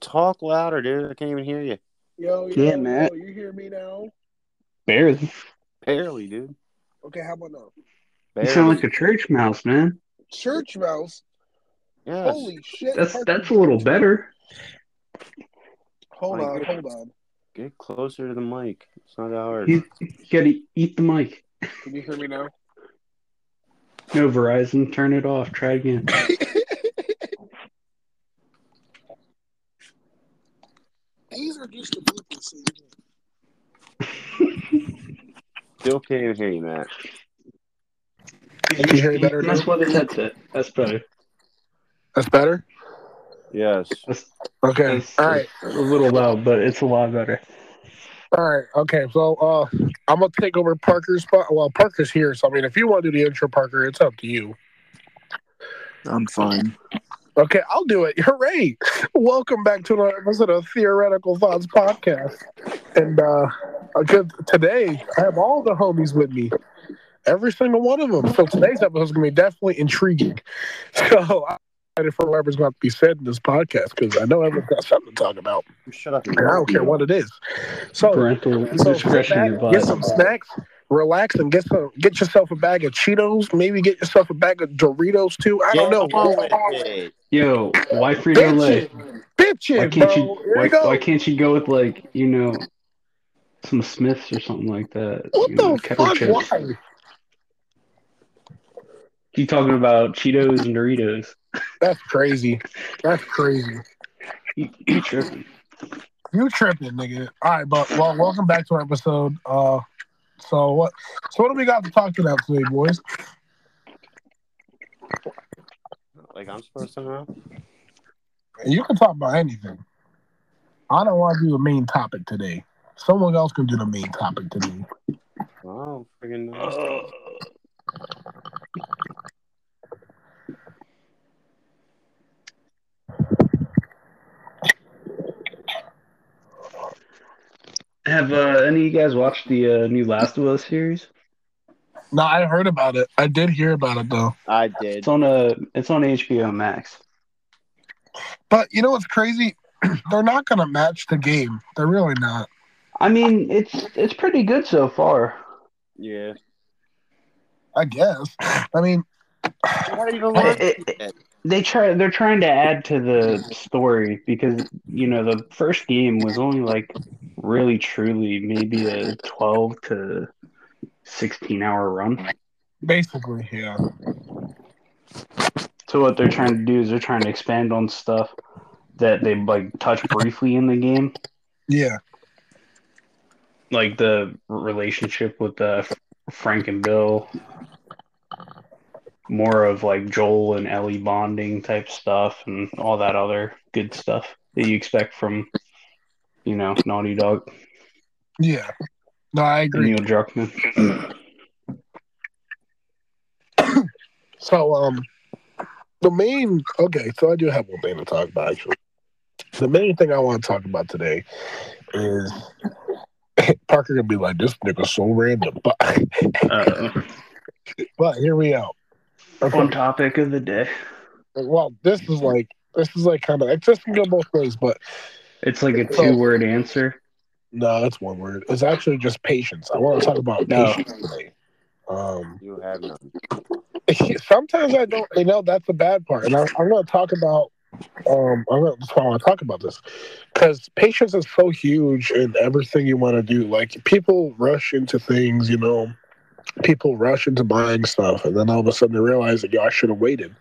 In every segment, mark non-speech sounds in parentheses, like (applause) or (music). Talk louder, dude. I can't even hear you. Yo, yo, Yeah, Matt. yo, you hear me now? Barely. Barely, dude. Okay, how about now? You Barely. sound like a church mouse, man. Church mouse. yes. Holy shit. That's Parker- that's a little better. Hold My on, goodness. hold on. Get closer to the mic. It's not that hard. You, you gotta eat the mic. Can you hear me now? No Verizon, turn it off. Try again. These are just the people saying that. Still can't even hear you, Matt. Can you hear me better now? That's what his headset. That's better. That's better? Yes. That's, Okay. that's All right. a little loud, but it's a lot better. All right. Okay. So uh, I'm going to take over Parker's spot. Well, Parker's here. So, I mean, if you want to do the intro, Parker, it's up to you. I'm fine. Okay. I'll do it. (laughs) Hooray. Welcome back to another episode of Theoretical Thoughts Podcast. And uh, I could- today, I have all the homies with me, every single one of them. So today's episode is going to be definitely intriguing. (laughs) So I'm excited for whatever's going to be said in this podcast because I know everyone's got something to talk about. Shut up. And I don't care what it is. So, Parental Oh, So discretion sit back, get some advised. snacks, relax, and get some. Get yourself a bag of Cheetos. Maybe get yourself a bag of Doritos too. I don't know. Yo, why Frito Bitches, Lay? bitches, Why can't bro. you? Here Why, we go. why can't you go with like you know, some Smiths or something like that? what you know, the kettle fuck? chips. Why? You talking about Cheetos and Doritos? That's crazy. That's crazy. You, you tripping? You tripping, nigga. All right, but well, welcome back to our episode. Uh, so what? So what do we got to talk about today, boys? Like I'm supposed to know. You can talk about anything. I don't want to do the main topic today. Someone else can do the main topic today. Oh, freaking know. Uh, Have uh, any of you guys watched the uh, new Last of Us series? No, I heard about it. I did hear about it though. I did. It's on a it's on HBO Max. But you know what's crazy? (clears throat) They're not going to match the game. They're really not. I mean, it's it's pretty good so far. Yeah. I guess. I mean, Why do you even It- it- it- they try they're trying to add to the story because you know the first game was only like really truly maybe a 12 to 16 hour run basically, yeah. so what they're trying to do is they're trying to expand on stuff that they like touch briefly in the game Yeah. like the relationship with uh, frank and bill more of like joel and ellie bonding type stuff and all that other good stuff that you expect from you know naughty dog Yeah. No, I and agree. neil druckmann So, um, the main, okay, so I do have one thing to talk about, actually. The main thing I want to talk about today is (laughs) Parker going to be like, this nigga's so random. But, (laughs) uh, but here we out. on topic of the day Well, this is like, this is like kind of, it's just going to go both ways, but it's like a two word answer No, that's one word. It's actually just patience. I want to talk about No. patience today. Um, You have none. (laughs) sometimes I don't. You know, that's the bad part, and I, I'm going to talk about. Um, I'm going to want to talk about this because patience is so huge in everything you want to do. Like people rush into things, you know. People rush into buying stuff, and then all of a sudden they realize that, yo, I should have waited.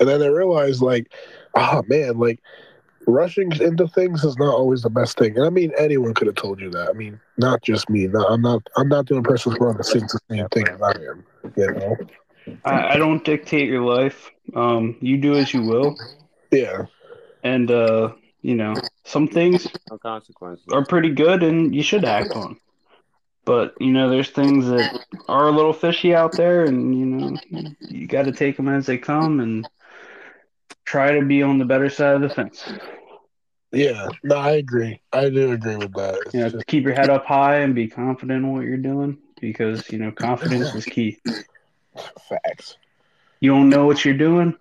And then they realize, like, oh man, like rushing into things is not always the best thing. And I mean, anyone could have told you that. I mean, not just me. No, I'm not. I'm not the only person who's going to think the same thing as I am. You know? I, I don't dictate your life um, you do as you will Yeah. and uh, you know some things No consequences. are pretty good and you should act on. But you know, there's things that are a little fishy out there, and you know, you got to take them as they come and try to be on the better side of the fence. Yeah, no, I agree. I do agree with that. It's You know, just- keep your head up high and be confident in what you're doing because you know confidence is key. facts. You don't know what you're doing,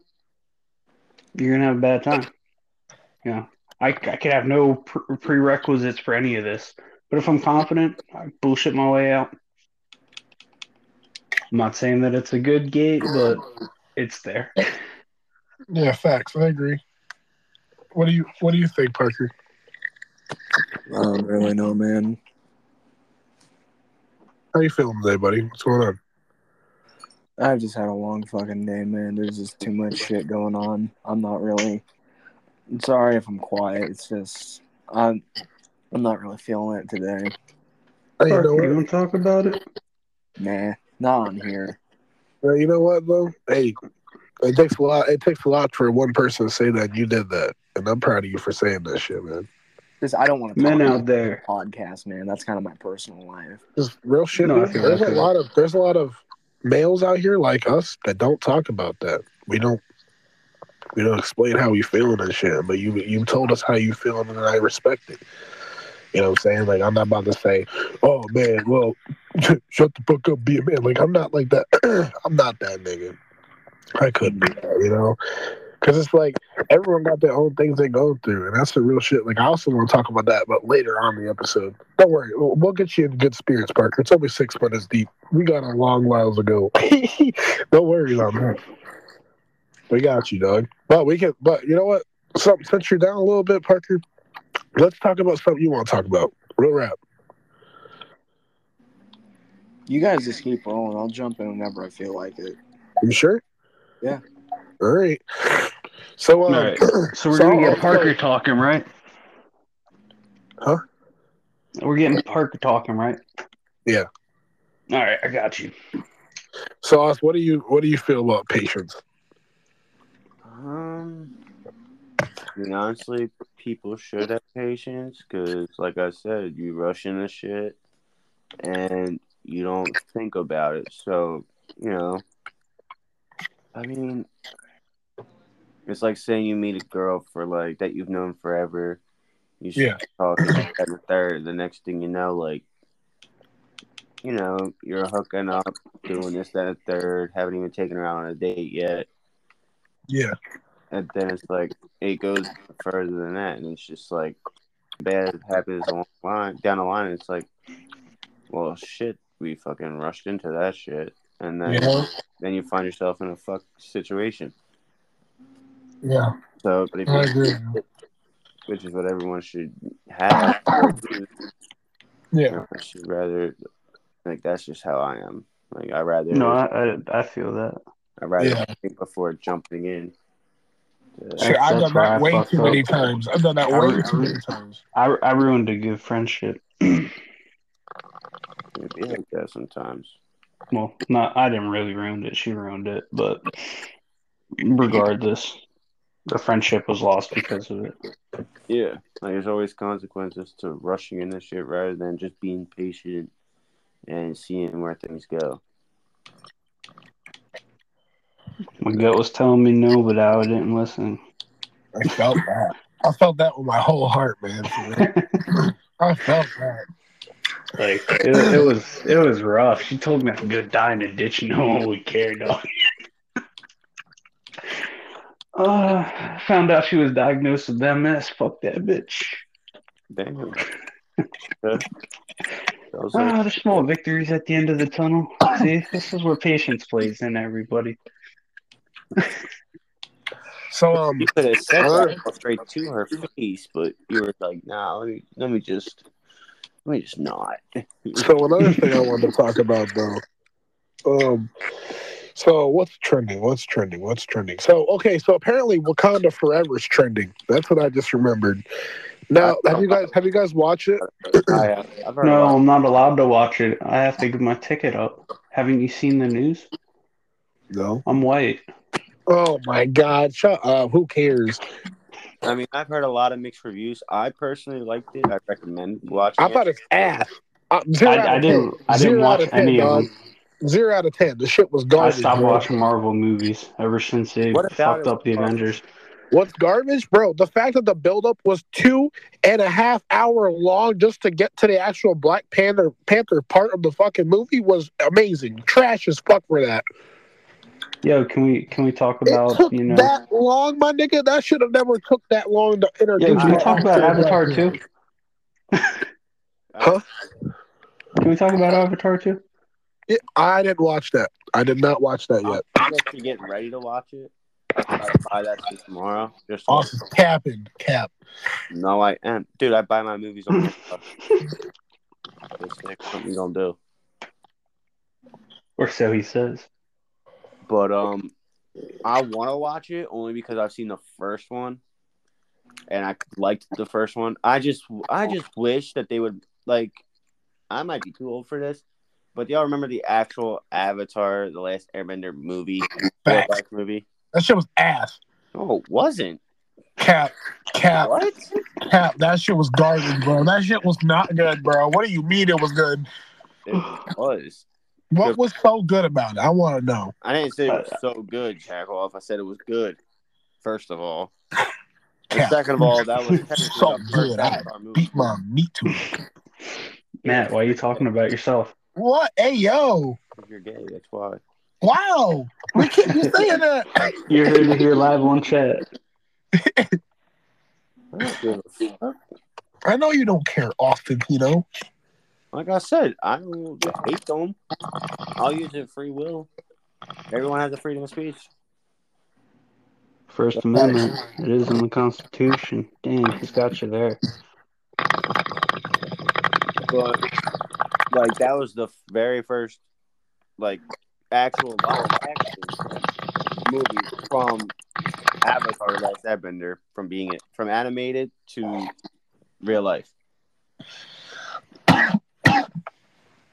you're gonna have a bad time. Yeah, I, I could have no pre- prerequisites for any of this. But if I'm confident, I bullshit my way out. I'm not saying that it's a good gate, but it's there. Yeah, facts. I agree. What do you What do you think, Parker? I don't really know, man. How you feeling today, buddy? What's going on? I've just had a long fucking day, man. There's just too much shit going on. I'm not really. I'm sorry if I'm quiet. It's just I'm. I'm not really feeling it today. Hey, you Parker, know you what? want to talk about it? Nah, not on here. Hey, you know what though? Hey, it takes a lot. It takes a lot for one person to say that you did that, and I'm proud of you for saying that shit, man. Just I don't want to. Men out there. podcast, man. That's kind of my personal life. Just real shit. No, I man. feel there's that, a too. lot of There's a lot of males out here like us that don't talk about that. We don't. We don't explain how we feeling and shit. But you you told us how you feeling, and I respect it. You know what I'm saying? Like I'm not about to say, "Oh man, well, (laughs) shut the fuck up, be a man." Like I'm not like that. (clears throat) I'm not that nigga. I couldn't be that, you know. Because it's like everyone got their own things they go through, and that's the real shit. Like I also want to talk about that, but later on in the episode. Don't worry, we'll we'll get you in good spirits, Parker. It's only six minutes deep. We got a long whiles ago. (laughs) Don't worry about that. We got you, dog. But we can. But you know what? Something since you're down a little bit, Parker. Let's talk about something you want to talk about. Real rap. You guys just keep rolling. I'll jump in whenever I feel like (laughs) it. You sure? Yeah. All right. So, um, All (clears throat) right. So we're so- gonna get Parker talking, right? Huh? We're getting Parker talking, right? Yeah. All right, I got you. so Oz, what do you what do you feel about patience? Um, I mean, honestly, people should have patience because, like I said, you rush into shit and you don't think about it. So, you know, I mean, it's like saying you meet a girl for like that you've known forever. You Yeah. start talking that and the third. The next thing you know, like, you know, you're hooking up, doing this, that, and the third. Haven't even taken her out on a date yet Yeah. and then it's like it goes further than that, and it's just like bad happens along the line down the line. And it's like, well, shit, we fucking rushed into that shit, and then You know? then you find yourself in a fuck situation. Yeah. So, but if I you, agree. with you. which is what everyone should have, you Yeah. know, I should rather like that's just how I am. Like I rather No, I I, I feel that. I rather Yeah. think before jumping in. That's- Sure, I've that's done where I that way fucked too many up. times. I've done that I way re- too many times. I I ruined a good friendship. It be like that sometimes. Well, not I didn't really ruin it. She ruined it, but regardless, the friendship was lost because of it. Yeah, like there's always consequences to rushing into shit rather than just being patient and seeing where things go. My gut was telling me no, but I didn't listen. (laughs) I felt that. I felt that with my whole heart, man. for real. I felt that. Like it, it was, it was rough. She told me I could go die in a ditch, and no one would care, dog. (laughs) Uh, found out she was diagnosed with MS. Fuck that bitch. Damn. that was like, Ah, there's small victories at the end of the tunnel. See, this is where patience plays in everybody. So, um, you could have said Huh? that straight to her face, but you were like, "Nah, let me let me just let me just not." (clears throat) so another thing I wanted to talk about though. Um so what's trending? What's trending? What's trending? So okay, so apparently Wakanda Forever is trending. That's what I just remembered. Now have you guys have you guys watched it? I, have- I've heard No, about- I'm not allowed to watch it. I have to give my ticket up. Haven't you seen the news? No. I'm white. Oh my god, shut up. Who cares? I mean, I've heard a lot of mixed reviews. I personally liked it. I recommend watching. I thought it. it's ass. Uh, zero out of I, I didn't. 10. I didn't Zero out watch ten, any dog. of them. Zero out of ten. The shit was I garbage. stopped bro. watching Marvel movies ever since they What about it? fucked up the Avengers. What's garbage, bro? The fact that the buildup was two and a half hour long just to get to the actual Black Panther Panther part of the fucking movie was amazing. Trash as fuck for that. Yo, can we can we talk it about took you know? that long, my nigga. That should have never took that long to introduce. Yeah, can we the talk about actor. Avatar too? Huh? Can we talk about Avatar too? Yeah, I didn't watch that. I did not watch that I'm yet. actually getting ready to watch it. I buy that shit tomorrow. Just like- Austin's capping, cap. no, I am, dude. I buy my movies on. Amazon. It's like something you don't do. Or so he says. But um, I want to watch it only because I've seen the first one, and I liked the first one. I just, I just wish that they would like. I might be too old for this, but y'all remember the actual Avatar: The Last Airbender movie, Facts. life movie? That shit was ass. No, it wasn't. Cap, cap, What? cap. That shit was garbage, bro. That shit was not good, bro. What do you mean it was good? It was. What was so good about it? I want to know. I didn't say it was so good, Jackoff. I said it was good. First of all, and Cap, second of all, that (laughs) was technically So the first good. I Avatar movie. beat my meat to it. Matt, why are you talking about yourself? What? Hey, yo. You're gay. That's why. Wow. We keep you saying that. You're here to hear live on chat. I don't give a fuck. I know you don't care, Austin Pino. Like I said, I don't hate them. I'll use it free will. Everyone has the freedom of speech. First Amendment. It is in the Constitution. Dang, he's got you there. But like that was the very first like actual live action movie from Avatar The Last Airbender from being it from animated to real life.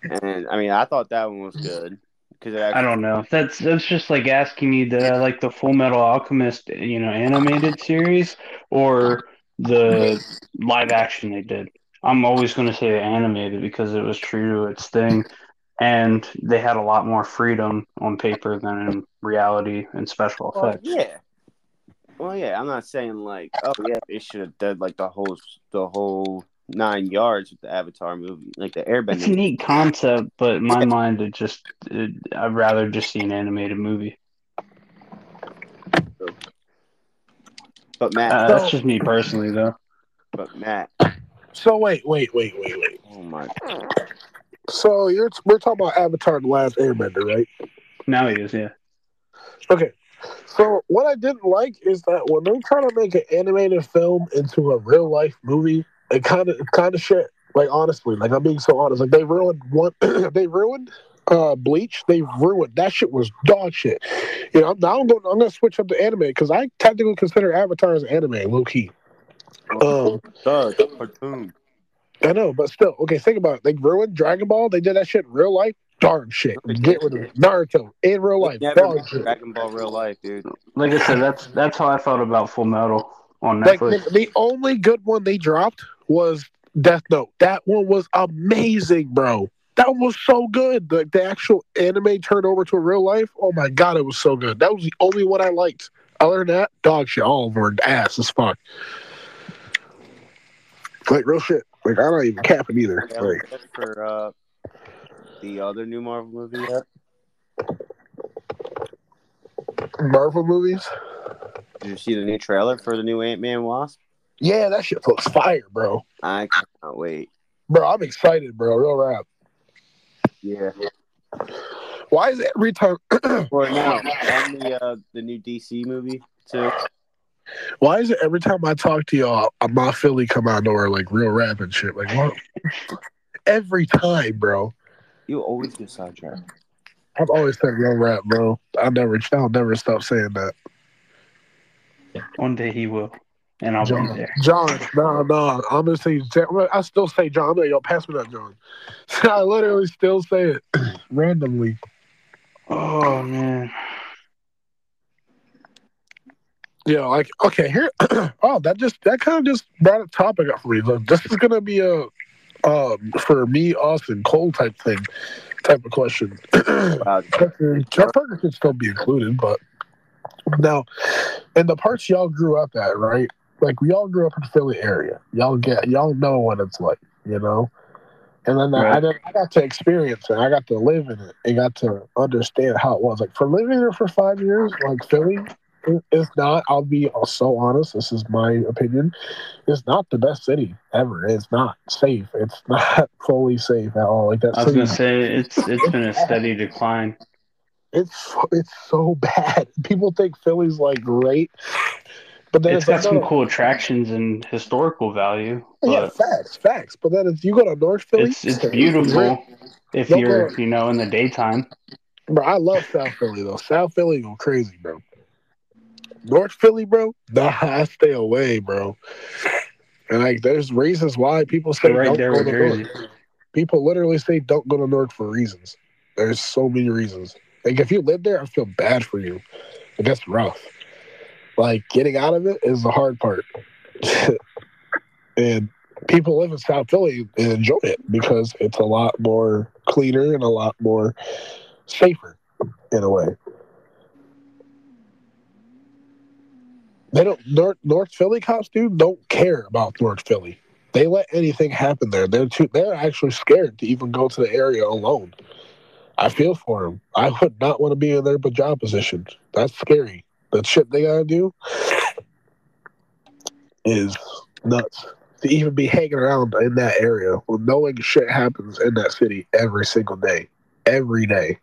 And I mean, I thought that one was good because I don't know. That's that's just like asking me did I like the Full Metal Alchemist, you know, animated series or the live action they did. I'm always going to say animated because it was true to its thing, and they had a lot more freedom on paper than in reality and special Well, effects. yeah. Well, yeah. I'm not saying like, oh yeah, they should have done like the whole the whole nine yards with the Avatar movie, like the It's a (laughs) Airbender. neat concept, but in my mind, it just it, I'd rather just see an animated movie. But Matt, Uh, So- that's just me personally, though. but Matt. So wait, wait, wait, wait, wait. Oh my. So you're we're talking about Avatar: The Last Airbender, right? Now he is, yeah. Okay. So what I didn't like is that when they're trying to make an animated film into a real life movie, it kind of kind of shit. Like honestly, like I'm being so honest, like they ruined one, (clears throat) they ruined uh Bleach. They ruined that shit was dog shit. You know, I'm, I'm going, I'm going to switch up to anime because I technically consider Avatar as anime, low key. Um, Doug, cartoon. I know, but still, okay. Think about it. They ruined Dragon Ball. They did that shit in real life. Darn shit. Get rid of it. Naruto in real life. Never Dog made shit. Dragon Ball real life, dude. Like I said, that's that's how I felt about Full Metal on Like Netflix. the, the only good one they dropped was Death Note. That one was amazing, bro. That one was so good. Like the actual anime turned over to real life. Oh my god, it was so good. That was the only one I liked. Other than that, dog shit. All of them were ass as fuck. Like real shit. Like I'm not even capping either. Yeah, Like for uh, the other new Marvel movie. yet? Marvel movies. Did you see the new trailer for the new Ant Man Wasp? Yeah, that shit looks fire, bro. I cannot wait. Bro, I'm excited, bro. Real rap. Yeah. Why is it every time? Or no, and the uh, the new DC movie too. Why is it every time I talk to y'all, uh, my Philly come out or like real rap and shit? Like what? every time, bro. You always get sidetracked. I've always said real rap, bro. I never, I'll never stop saying that. One day he will, and I'll John, be there. John, no, no. I'm gonna say, Ja- I still say John. I'm like, yo, pass me that John. (laughs) I literally still say it (clears throat) randomly. Oh man, Yeah, like okay, here. (clears throat) oh, that just that kind of just brought a topic up for me. Look, this is gonna be a um for me, Austin Cole type thing, type of question. (clears throat) Wow. Tucker Tucker could still be included, but now in the parts y'all grew up at, right? Like we all grew up in Philly area. Y'all get y'all know what it's like, you know. And then Right. I, did, I got to experience it. I got to live in it and got to understand how it was. Like for living there for five years, like Philly, it- it's not. I'll be so honest. This is my opinion. It's not the best city ever. It's not safe. It's (laughs) not fully safe at all. Like that I was city, gonna say it's it's been a steady decline. it's it's so (laughs) bad. People think Philly's like great, but then It's it's, got like, some no, cool attractions and historical value, yeah, but facts, facts. But then if you go to North Philly, it's it's beautiful if Don't you're go- you know in the daytime. (laughs) Bro, I love South Philly though. South Philly go crazy, bro. North Philly, bro, nah, (laughs) I stay away, bro. And like, there's reasons why people say They're right don't there go with to Jersey. North. People literally say don't go to North for reasons. There's so many reasons. Like, if you live there, I feel bad for you. But that's rough. Like, getting out of it is the hard part. (laughs) and people live in South Philly and enjoy it because it's a lot more cleaner and a lot more safer in a way. They don't North, North Philly cops dude don't care about North Philly. They let anything happen there. They're too they're actually scared to even go to the area alone. I feel for them. I would not want to be in their job position. That's scary. The shit they gotta do is nuts. To even be hanging around in that area, well, knowing shit happens in that city every single day, every day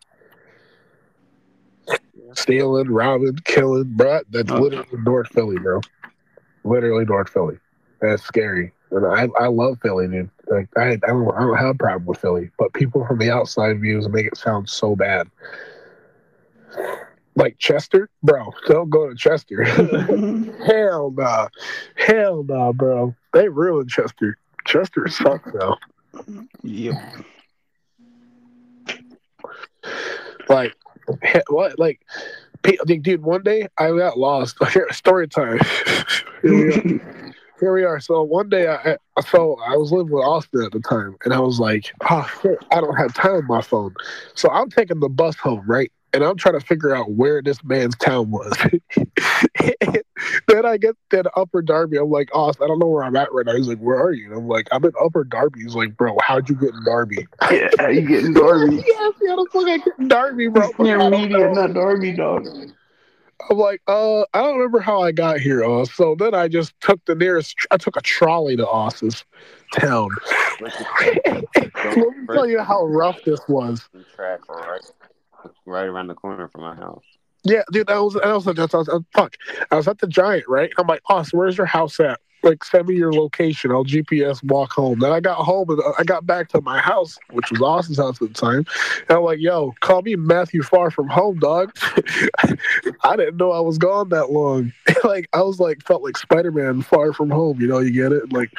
stealing, robbing, killing, bro. That's Okay. literally North Philly, bro. Literally North Philly. That's scary. And I, I love Philly, dude. Like I, I don't I don't have a problem with Philly, but people from the outside views make it sound so bad. Like Chester, bro. Don't go to Chester. (laughs) Hell nah. Hell nah, bro. They ruined Chester. Chester sucks though. yep. like (laughs) heh, what like pe- like, dude one day i got lost (laughs) Here, story time (laughs) here, we are. here we are so one day I, I so i was living with austin at the time and i was like oh shit, i don't have time on my phone so i'm taking the bus home right and i'm trying to figure out where this man's town was (laughs) then i get to the upper darby i'm like austin i don't know where i'm at right now he's like where are you and i'm like i'm in upper darby he's like bro how'd you get in darby Yeah, how you getting Darby? (laughs) yeah, I don't fucking get in Darby, bro. It's near I don't media, know. not Darby, dog. I'm like, uh, I don't remember how I got here. Uh, so then I just took the nearest, I took a trolley to Austin's town. (laughs) Look (laughs) Let me tell you how rough this was. at track right, right around the corner from my house. Yeah, dude, I was, I was, I was, I was, fuck. I was at the Giant, right? I'm like, Austin, where's your house at? Like, send me your location. I'll GPS walk home. Then I got home and uh, I got back to my house, which was Austin's house at the time. And I'm like, yo, call me Matthew Far from Home, dog. (laughs) I didn't know I was gone that long. (laughs) like, I was like, felt like Spider Man Far from Home. You know, you get it? Like,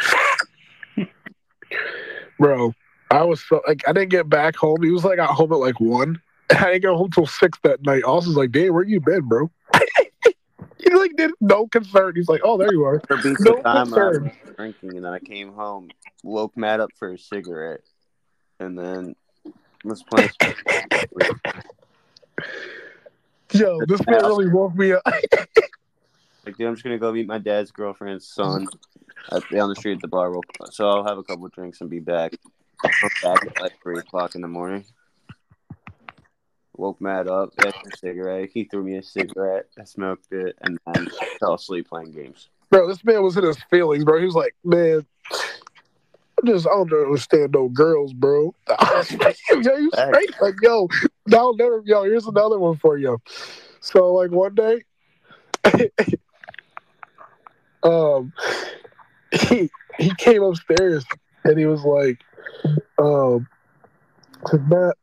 (laughs) bro, I was so, like, I didn't get back home. He was like, I got home at like one. I didn't go home till six that night. Austin's like, "Damn, where you been, bro?" (laughs) he like did no concern. He's like, "Oh, there you are." For beats No the time I concern. was drinking, and then I came home, woke Matt up for a cigarette, and then was playing. Yo, this man really woke me up. Like, dude, I'm just gonna go meet my dad's girlfriend's son at, down the street at the bar. Real quick. So I'll have a couple drinks and be back. I'm back at like three o'clock in the morning. Woke Matt up, asked for a cigarette. He threw me a cigarette. I smoked it, and then fell asleep playing games. bro, this man was in his feelings, bro. He was like, "Man, I just I don't understand no girls, bro." (laughs) I was like, yo, you straight? Like, yo, that'll never. Yo, here's another one for you. So, like, one day, (laughs) um, he he came upstairs and he was like, um, to Matt.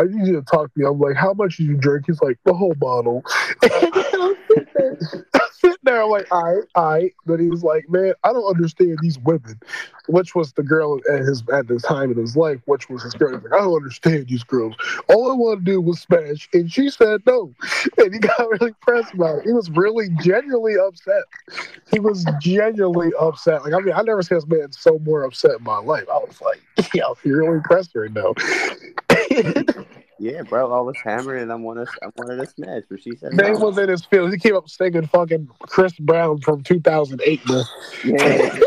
I need you to talk to me. I'm like, how much did you drink? He's like, the whole bottle. (laughs) I'm sitting there- I'm sitting (laughs) there, I'm like, all right, all right. But he was like, man, I don't understand these women, which was the girl at his at the time in his life, which was his girl. He's like, I don't understand these girls. All I want to do was smash, and she said no. And he got really pressed about it. He was really genuinely upset. He was genuinely upset. Like, I mean, I never seen this man so more upset in my life. I was like, (laughs) yo, you're really pressed right now. Yeah, bro, I was hammered, and I wanted I wanted a smash, but she said Man no. was in his feelings. He came up singing fucking Chris Brown from 2008. Man. Yeah.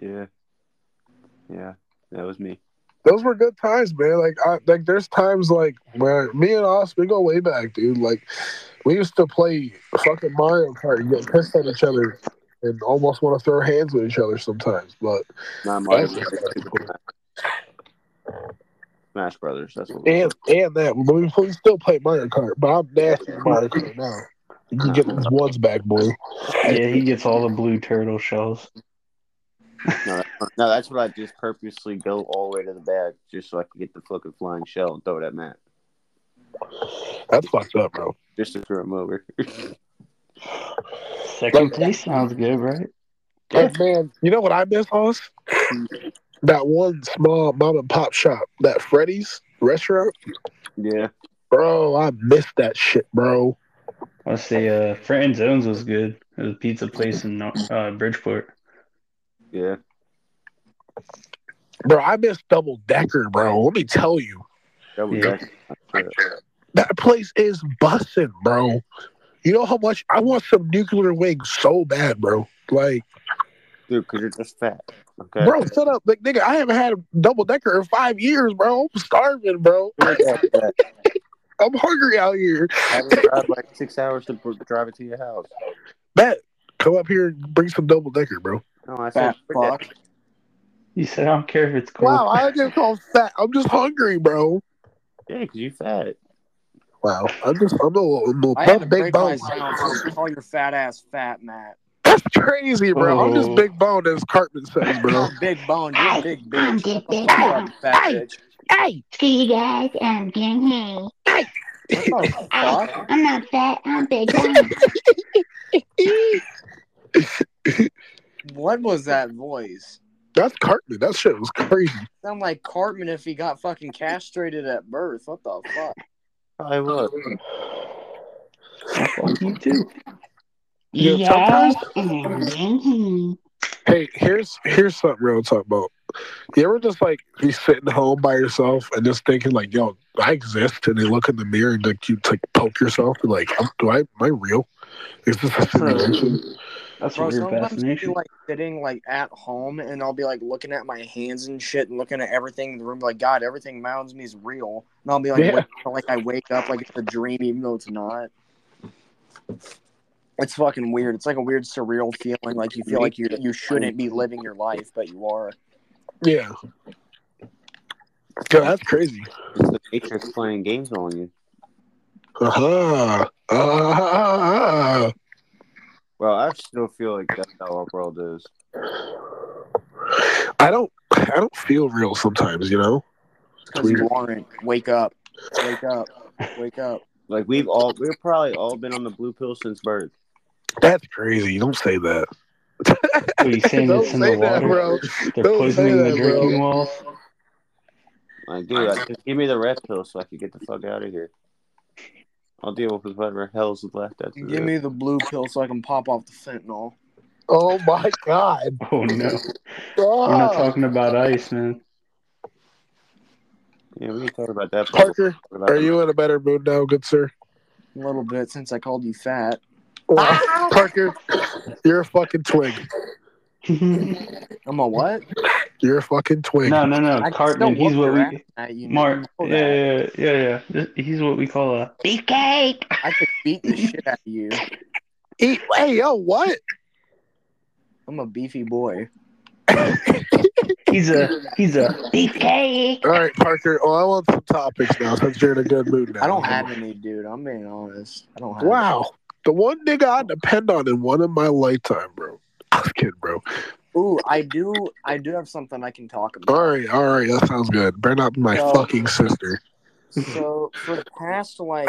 yeah. Yeah, that was me. Those were good times, man. Like, I, like there's times like where me and us we go way back, dude. Like, we used to play fucking Mario Kart and get pissed at each other and almost want to throw hands with each other sometimes. But Not Mario that's Kart, Smash Brothers. That's what. and and that but we, we still play Mario Kart, but I'm nasty at Mario Kart now. You can get those ones back, boy. Yeah, he gets all the blue turtle shells. No, that- no, that's what I just purposely go all the way to the back just so I can get the fucking flying shell and throw it at Matt That's fucked up, bro. just to throw him over. (laughs) Second place sounds good, right? Like, man, you know what I miss, Hoss? That one small mom and pop shop, that Freddy's restaurant, yeah, bro. I miss that shit, bro. Let's see. Uh, Fran Zones was good. It was a pizza place in uh, Bridgeport. yeah. Bro, I miss Double Decker, bro. Let me tell you, That was Yeah. actually my shit. that place is bussin', bro. You know how much I want some nuclear wings so bad, bro. Like, dude, because you're just fat. Okay, bro, shut up, like, nigga. I haven't had a Double Decker in five years, bro. I'm starving, bro. Look at that. I'm hungry out here. I would drive like six hours to br- drive it to your house. Matt, come up here and bring some Double Decker, bro. No, I said Fat bring that fuck. You said I don't care if it's cold. Wow, I just call fat. I'm just hungry, bro. Yeah, because you fat. Wow, I'm just I'm a, I'm a I had to big break bone. myself. Call your fat ass fat, Matt. That's crazy, bro. I'm just Oh. big bone, as Cartman says, bro. You're big boned. You're a big I'm bitch. Big Big Fuck Bang. you, fat bitch. hey, Screw you guys, I'm Jim Hay. (laughs) Fuck. I'm not fat, I'm Big Bang. What was that voice? that's Cartman. That shit was crazy. Sound like Cartman if he got fucking castrated at birth. What the fuck? I would. Fuck you too. (laughs) Yeah, You sometimes- guys, I'm Jim Hay. Hey, here's here's something real talk about. You ever just like be sitting home by yourself and just thinking like, yo, I exist, and you look in the mirror and like you like poke yourself and like, I'm- do I am I real? Is this a simulation? That's a Bro, weird sometimes I'll be fascination. like sitting like at home and I'll be like looking at my hands and shit and looking at everything in the room like God, everything around me is real. And I'll be like, Yeah. wake- like I wake up like it's a dream even though it's not. It's fucking weird. It's like a weird surreal feeling. Like you feel like you you shouldn't be living your life, but you are. Yeah. Yeah, that's crazy. It's the Matrix playing games on you. Uh-huh. Uh-huh. Well, I still feel like that's how our world is. I don't I don't feel real sometimes, you know? Because you aren't. Wake up. Wake up. Wake up. Like we've all, we've probably all been on the blue pill since birth. That's crazy. Don't say that. What are you saying? Don't It's in the say that, bro. water. They're Don't say poisoning the that, bro. drinking walls. Like, dude, I, just give me the red pill so I can get the fuck out of here. I'll deal with whatever hell's left after Give me the blue pill so I can pop off the fentanyl. Oh my god. Oh no, Ah. we're not talking about ice, man. this. Yeah, we can talk about that. part. Parker, What about are you in a better mood now, good sir? A little bit since I called you fat. Wow. Ah! Parker, you're a fucking twig. no, I'm a what? You're a fucking twig. no, no. I can Cartman, still he's whoop what your we. ass, you Mark, know yeah, that. yeah, yeah, yeah. He's what we call a Beefcake. I could beat the shit out of you. Eat, hey, yo, what? I'm a beefy boy. he's a he's a (laughs) Beefcake. All right, Parker. Well, I want some topics now since you're in a good mood now. I don't have any, dude. I'm being honest. I don't have. Wow. The one nigga I depend on in one of my lifetime, bro. I'm kidding, bro. Any. Ooh, I do. I do have something I can talk about. All right, all right, that sounds good. Better not be my No. fucking sister. (laughs) So for the past like,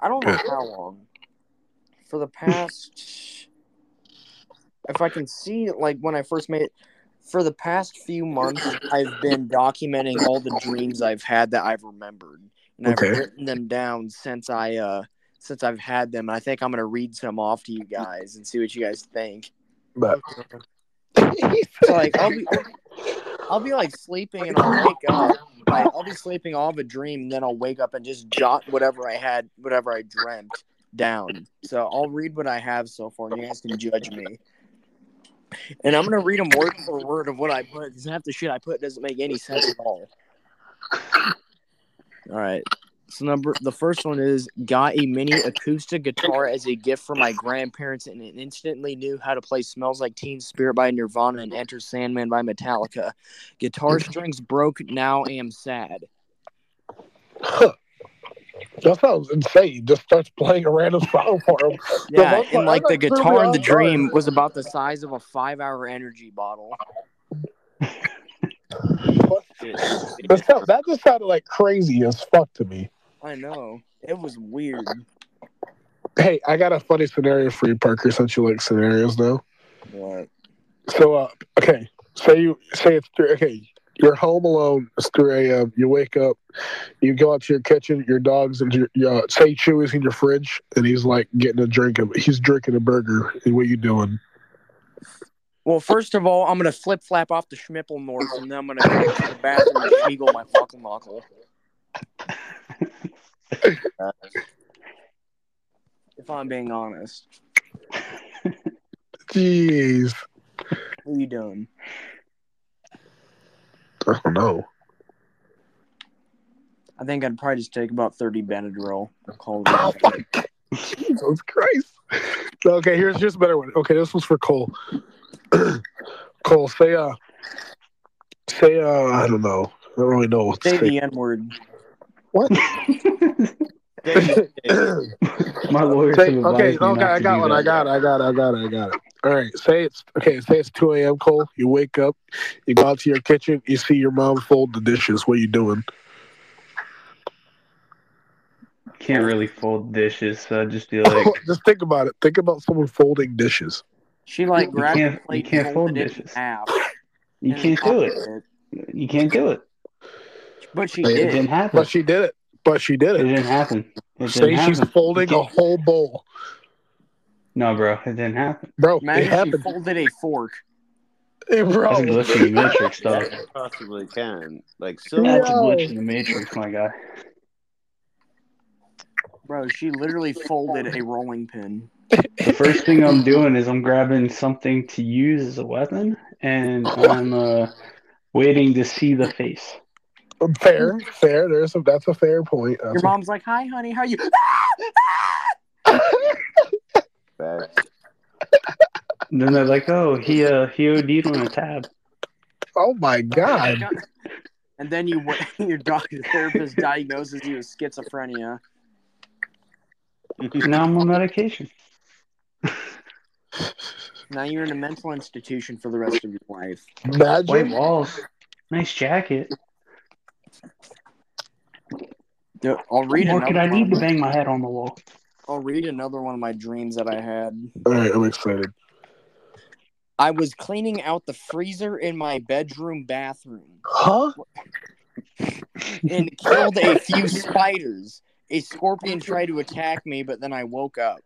I don't know how long. For the past, if I can see like when I first made it, for the past few months, I've been documenting all the dreams I've had that I've remembered, and Okay. I've written them down since I uh since I've had them. And I think I'm gonna read some off to you guys and see what you guys think. But So like I'll be I'll be like sleeping and I'll wake up. Like, I'll be sleeping, I'll have a dream, and then I'll wake up and just jot whatever I had, whatever I dreamt down. So I'll read what I have so far, and you guys can judge me. and I'm gonna read them word for word of what I put. 'cause half the shit I put doesn't make any sense at all. All right. So number the first one is got a mini acoustic guitar as a gift from my grandparents and instantly knew how to play "Smells Like Teen Spirit" by Nirvana and "Enter Sandman" by Metallica. Guitar strings broke. Now am sad. Huh. That sounds insane. Just starts playing a random song for him. The Yeah, one- and like the that threw me guitar in the off guard. dream was about the size of a five-hour energy bottle. That, sound, that just sounded like crazy as fuck to me. I know it was weird. Hey, I got a funny scenario for you, Parker, since you like scenarios now. What? So, uh, okay, say you say it's three. Okay, you're home alone. It's three a.m. You wake up. You go out to your kitchen. Your dog's in your, your uh, say Chewy's in your fridge, and he's like getting a drink. Of, he's drinking a burger. And what you doing? Well, first of all, I'm gonna flip flap off the Schmippelnorts, and then I'm gonna go to the bathroom and schmiegel my fucking knuckle. if I'm being honest, Jeez, what are you doing? I don't know. I think I'd probably just take about thirty Benadryl. and Call it Oh, a day. fuck. (laughs) Jesus Christ. Okay, here's here's a better one. Okay, this was for Cole. (clears throat) Cole, say uh say uh I don't know. I don't really know what to Say say. the N word. What? (coughs) My lawyers Say- have advised okay, me not okay, I to got do one. that. I got it. I got it. I got it. I got it. All right. Say it's okay. Say it's 2 a.m. Cole. You wake up. You go out to your kitchen. You see your mom fold the dishes. What you doing? Can't really fold dishes, so I just do like (laughs) Just think about it. Think about someone folding dishes. She like You grabbed can't- the you plate, can't folded fold it in dishes. half, you and can't do it. pocketed You can't do it. it. But she It did. didn't happen. But she did it. But she did It it. didn't happen. It Say didn't she's happen. folding You a can't- whole bowl. No, bro, it didn't happen. Bro, it Imagine she happened. folded a fork. Hey, (laughs) bro. That's a glitch in the matrix, (laughs) dog. That possibly can. Like That's a silver. glitch in the matrix, my guy. Bro, she literally folded a rolling pin. The first thing I'm doing is I'm grabbing something to use as a weapon, and I'm uh, waiting to see the face. um, Fair, fair. There's a, that's a fair point. Your That's a- mom's like, "Hi, honey, how you?" Facts. And then they're like, "Oh, he uh, he OD'd on a tab." oh my god. And then you went, (laughs) your doctor therapist diagnoses you with schizophrenia. Now I'm on medication. Now you're in a mental institution for the rest of your life. White Imagine. walls, nice jacket. Dude, I'll What read more could I another. One need of to my, bang my head on the wall? I'll read another one of my dreams that I had. All right, I'm excited. I was cleaning out the freezer in my bedroom bathroom Huh? and killed a few spiders. A scorpion tried to attack me, but then I woke up.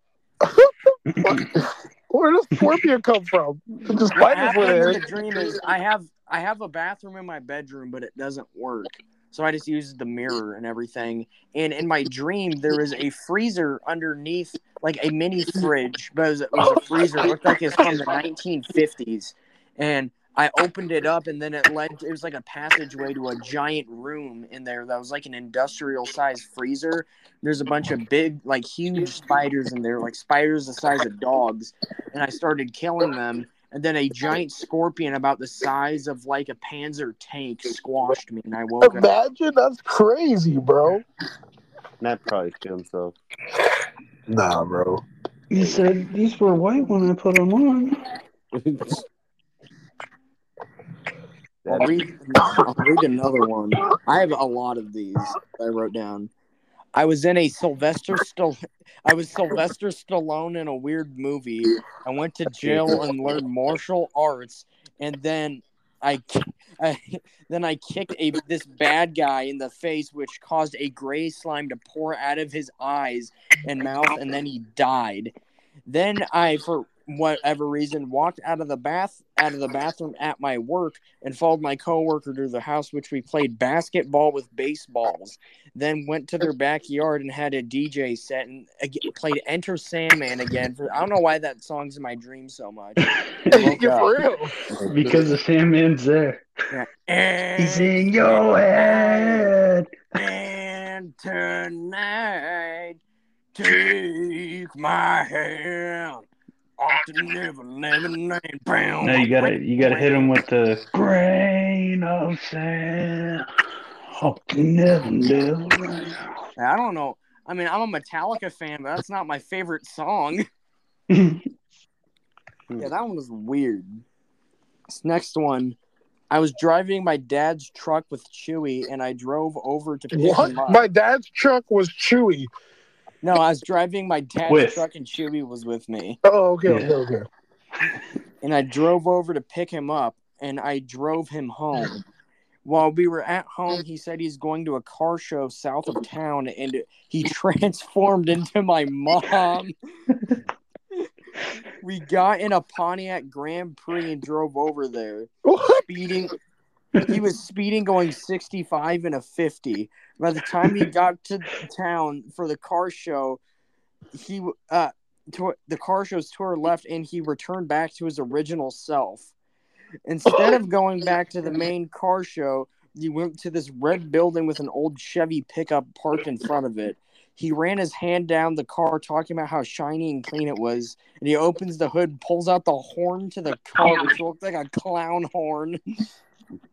Where does (laughs) Scorpion come from? Just What spiders were happened in the there. dream is I have I have a bathroom in my bedroom, but it doesn't work. So I just use the mirror and everything. And in my dream, there is a freezer underneath, like a mini fridge, but it was, it was a freezer. It looked like it's from the 1950s. And I opened it up, and then it led. It was like a passageway to a giant room in there that was like an industrial sized freezer. There's a bunch of big, like huge spiders in there, like spiders the size of dogs. And I started killing them and then a giant scorpion about the size of like a panzer tank squashed me and I woke up. Imagine that's crazy, bro. Matt probably killed himself. (laughs) Nah, (laughs) bro. You said these were white when I put them on. I'll That read, (laughs) I'll read another one. I have a lot of these that I wrote down. I was in a Sylvester Still I was Sylvester Stallone in a weird movie. I went to jail and learned martial arts and then I, ki- I then I kicked a this bad guy in the face which caused a gray slime to pour out of his eyes and mouth and then he died. Then I for whatever reason, walked out of the bath out of the bathroom at my work and followed my coworker to the house, which we played basketball with baseballs. Then went to their backyard and had a DJ set and ag- played Enter Sandman again. For, I don't know why that song's in my dream so much. woke You're up. for real. because the Sandman's there. He's And, in your head. and tonight, take my hand. I can never lemonade brown. No, you gotta you gotta hit him with the grain of sand. Oh, never, never. I don't know. I mean, I'm a Metallica fan, but that's not my (laughs) favorite song. (laughs) Yeah, that one was weird. This next one, I was driving my dad's truck with Chewy, and I drove over to pick What? him up. My dad's truck was chewy. No, I was driving my dad's With. truck, and Chewy was with me, Oh, okay, Yeah. okay, okay. and I drove over to pick him up, and I drove him home. While we were at home, he said he's going to a car show south of town, and he (laughs) transformed into my mom. we got in a Pontiac Grand Prix and drove over there. What? speeding. he was speeding going 65 and a 50. By the time he got to town for the car show, he uh to, the car show's to our left and he returned back to his original self. Instead of going back to the main car show, he went to this red building with an old Chevy pickup parked in front of it. He ran his hand down the car, talking about how shiny and clean it was. And he opens the hood, pulls out the horn to the car, which looked like a clown horn.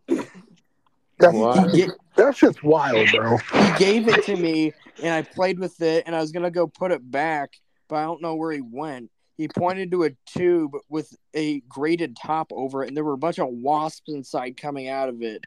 That's, What? He, that's just wild, bro. he gave it to me and I played with it and I was gonna go put it back, but I don't know where he went. He pointed to a tube with a grated top over it, and there were a bunch of wasps inside coming out of it.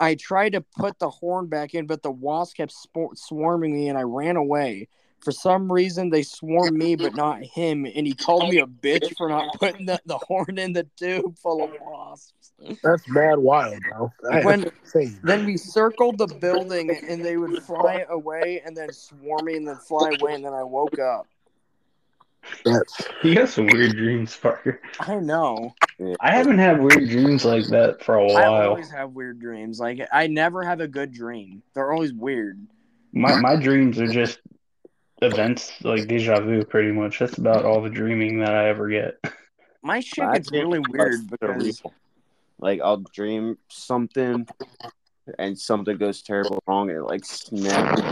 I tried to put the horn back in, but the wasps kept spo- swarming me, and I ran away. For some reason, they swarmed me, but not him, and he called me a bitch for not putting the, the horn in the tube full of wasps. That's mad wild, bro. That's When- insane. Then we circled the building and they would fly away and then swarm me and then fly away and then I woke up. That's You got some weird dreams, Parker. I know. I haven't had weird dreams like that for a I while. always have weird dreams. Like I never have a good dream. They're always weird. My my dreams are just events like deja vu, pretty much. That's about all the dreaming that I ever get. My shit My gets dreams really weird Like, because surreal. like I'll dream something, and something goes terrible wrong, and it like snaps,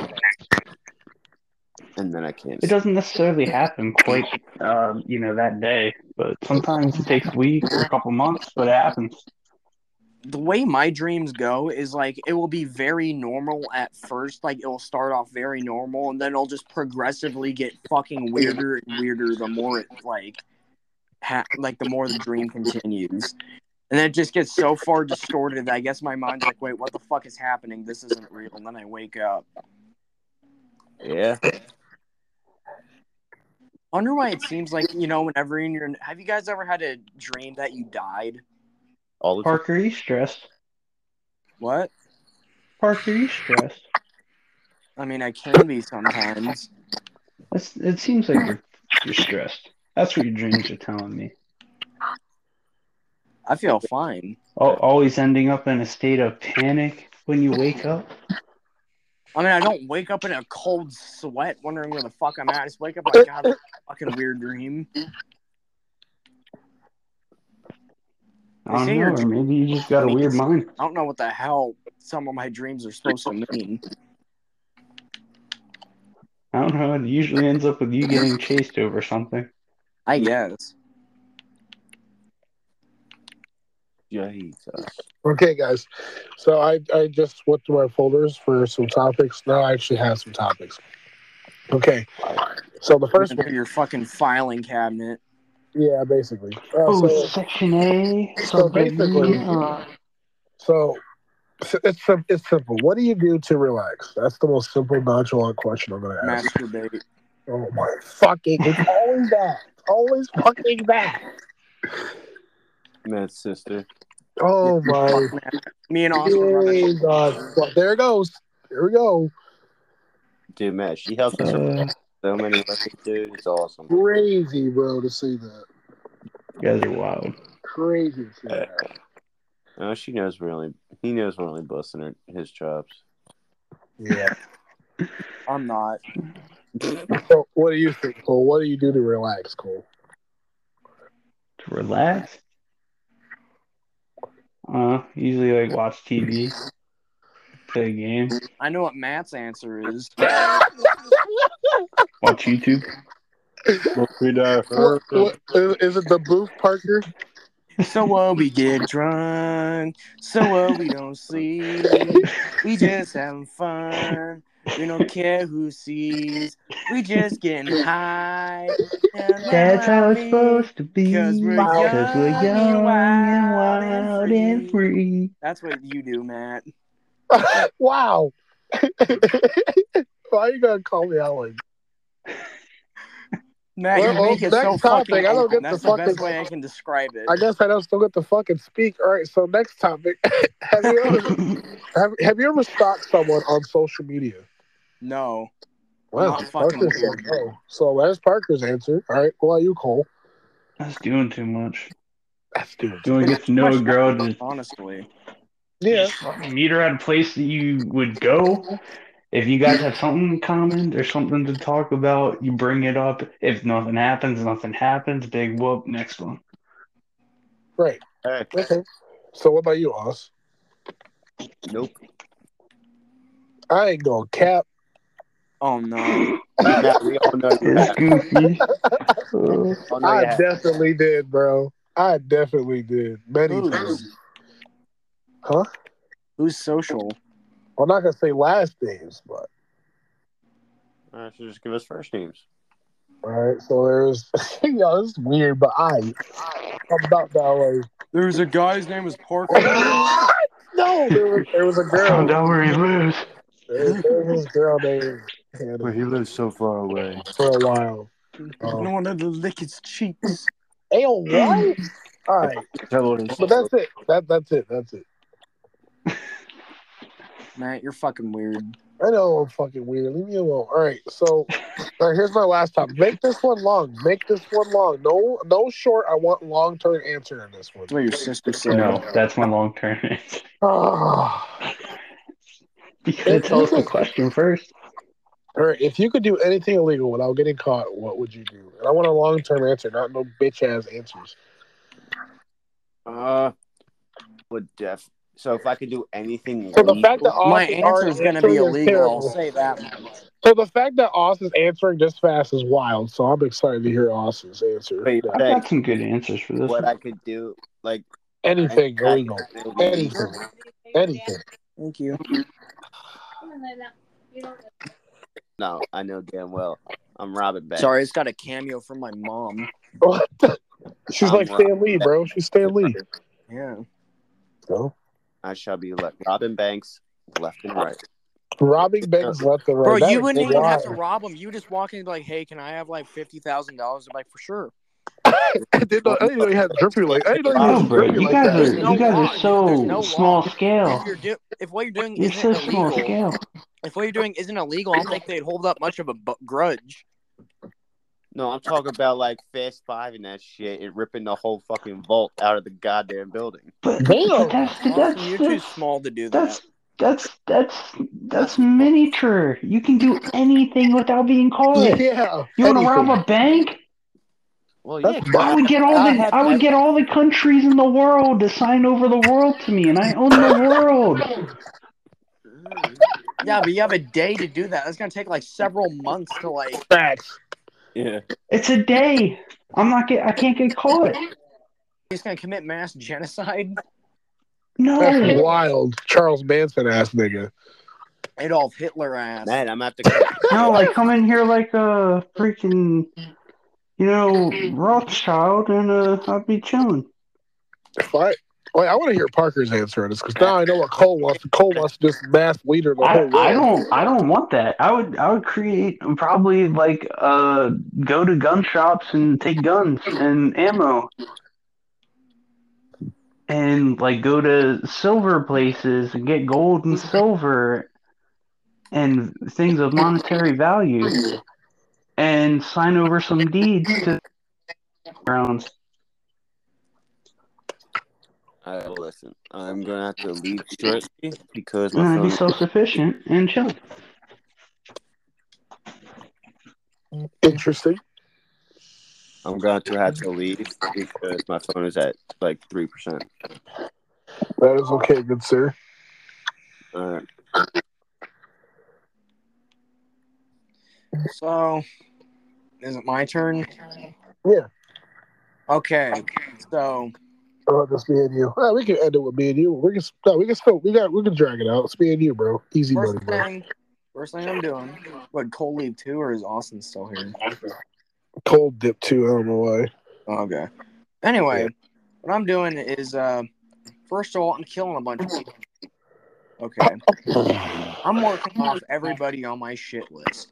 and then I can't. It doesn't necessarily happen quite, uh, you know, that day, but sometimes it takes a week or a couple months, but it happens. the way my dreams go is like it will be very normal at first. Like it'll start off very normal and then it'll just progressively get fucking weirder and weirder the more it like ha- like the more the dream continues. And then it just gets so far distorted that I guess my mind's like, wait, what the fuck is happening? This isn't real. And then I wake up. Yeah, Wonder why it seems like, you know, whenever in your have you guys ever had a dream that you died? all the time. Parker, are you stressed? What? Parker, are you stressed? I mean I can be sometimes. It's, it seems like you're, you're stressed. That's what your dreams are telling me. I feel fine. Al always ending up in a state of panic when you wake up. I mean, I don't wake up in a cold sweat wondering where the fuck I'm at. I just wake up like, God, fucking weird dream. I don't I see know, your or maybe you just got a weird mind. I don't know what the hell some of my dreams are supposed to mean. I don't know. It usually ends up with you getting chased over something. I guess. Jesus. okay, guys. So I, I just went through my folders for some topics. Now I actually have some topics. Okay. So the first First, one, your fucking filing cabinet. yeah, basically. Uh, Oh, so, section A. So basically- subdivision. So s- it's sim- it's simple. What do you do to relax? That's the most simple nonchalant question I'm gonna ask. Masturbate. Oh my fucking! It's always that. It's Always fucking that. Mad sister. Oh my Me and Austin run a god! Well, There it goes. There we go. Dude, Matt, she helped us with Uh, so many records, dude. It's awesome. Crazy, bro, to see that. guys are wild. Crazy. shit. No, Uh, she knows we're only he knows we're only busting her, his chops. Yeah. I'm not. So, what do you think, Cole? What do you do to relax, Cole? To relax. Uh, usually like watch TV, play a game, I know what Matt's answer is. watch YouTube. We die What, what, is, is it the Booth Parker? So what we get drunk. So what we don't sleep. We just having fun. We don't care who sees. We just getting high. That's how it's supposed to be. 'Cause we're Because we're young young and and wild and wild and free. That's what you do, Matt. wow. Why are you gonna call me out like? Matt, Well, you make well, it so next topic. fucking I don't open. get That's the the, best fucking- way I can describe it. I guess I don't still get to fucking speak. All right. So next topic. (laughs) have you ever have, have you ever stalked someone on social media? No. Wow. Not fucking Parker said weird. no. So that's Parker's answer. All right. Well, you Cole. (laughs) That's doing too much. That's dude. You want to get to know a girl to Honestly. Yeah. meet her at a place that you would go. If you guys have something in common, there's something to talk about, you bring it up. If nothing happens, nothing happens. Big whoop, next one. Right. Hey, Okay. So what about you, Oz? nope. I ain't gonna cap. Oh no. We, got, we all know you It's have. (laughs) goofy. Oh. We Oh, all know you I have. definitely did, bro. I definitely did many Ooh. times. Huh? Who's social? I'm not gonna say last names, but Uh, so just give us first names. all right. So there's, (laughs) yo, this is weird, but I, I'm about that There's a guy's name is Parker. way. no, there was, there was a Found girl. out where you lose. There was, there was this girl named Hannah he lives so far away. for a while. no Um, one had to lick his cheeks. hey, all right. All right, Tell us. but that's it. That that's it. That's it. Matt, you're fucking weird. I know I'm fucking weird. Leave me alone. All right, so all right, here's my last topic. Make this one long. Make this one long. No, no short. I want long term answer in this one. That's what your sister said. No, that's my long term (laughs) answer. Ah. You gotta tell us the question first. All right, if you could do anything illegal without getting caught, what would you do? And I want a long term answer, not no bitch ass answers. Uh, would def. So if I could do anything, So the legal- fact that Oz My is answer is already going to be answering Oh, is illegal. I'll terrible. say that much. So the fact that Oz is answering this fast is wild. So I'm excited to hear Oz's answer. Wait, I've that- got some good answers for this. what one. I could do, like anything I- I- illegal, anything, anything. (laughs) Thank you. No, I know damn well. I'm Robin Banks. Sorry, it's got a cameo from my mom. What? the- She's I'm like Stan Lee, bro. She's Stan Lee. Yeah. So I shall be left. Robin Banks, left and right. robbing banks left and right. Bro, That you is wouldn't even wild. have to rob him. You just walk in and be like, hey, can I have like $50,000? dollars like, for sure. (laughs) I didn't know. I didn't know you had drippy like. I didn't know No, you had bro, drippy you like guys that. are no you guys law. are so There's no law. small scale. If, you're do- if what you're doing You're isn't so small illegal, scale. if what you're doing isn't illegal, I don't think they'd hold up much of a bu- grudge. No, I'm talking about like Fast Five and that shit, and ripping the whole fucking vault out of the goddamn building. But, Damn. but that's that's Austin, you're too that's small to do that. that's that's that's that's miniature. You can do anything without being caught. (laughs) Yeah. You want to anything. rob a bank? Well, That's yeah, I would get all I the have- I would get all the countries in the world to sign over the world to me, and I own the world. Yeah, but you have a day to do that. That's gonna take like several months to like. Facts. yeah. It's a day. I'm not get I can't get caught. He's gonna commit mass genocide. (laughs) That's No, wild. Charles Manson ass nigga. Adolf Hitler ass. Man, I'm gonna have to. (laughs) no, like come in here like a freaking, you know, Rothschild, and uh, I'd be chilling. If I, wait, I want to hear Parker's answer on this because now I know what Cole wants. Cole wants this mass leader of the I, whole world. I don't I don't want that. I would I would create probably like uh go to gun shops and take guns and ammo. And like go to silver places and get gold and silver and things of monetary value and sign over some deeds to grounds. All right, well, listen, I'm gonna have to leave shortly because And my I'd be phone. self sufficient and chill. Interesting. I'm going to have to leave because my phone is at like three percent. That is okay, good sir. All right. So, is it my turn? Yeah. Okay. So, Oh, just me and you. Ah, we can end it with me and you. We can no, we can still we got we can drag it out. It's me and you, bro. Easy money, first bro. thing, first thing I'm doing, would Cole leave too, or is Austin still here? Cold dip too. I don't know why. Okay. Anyway, what I'm doing is, uh, first of all, I'm killing a bunch of people. Okay. I'm working off everybody on my shit list.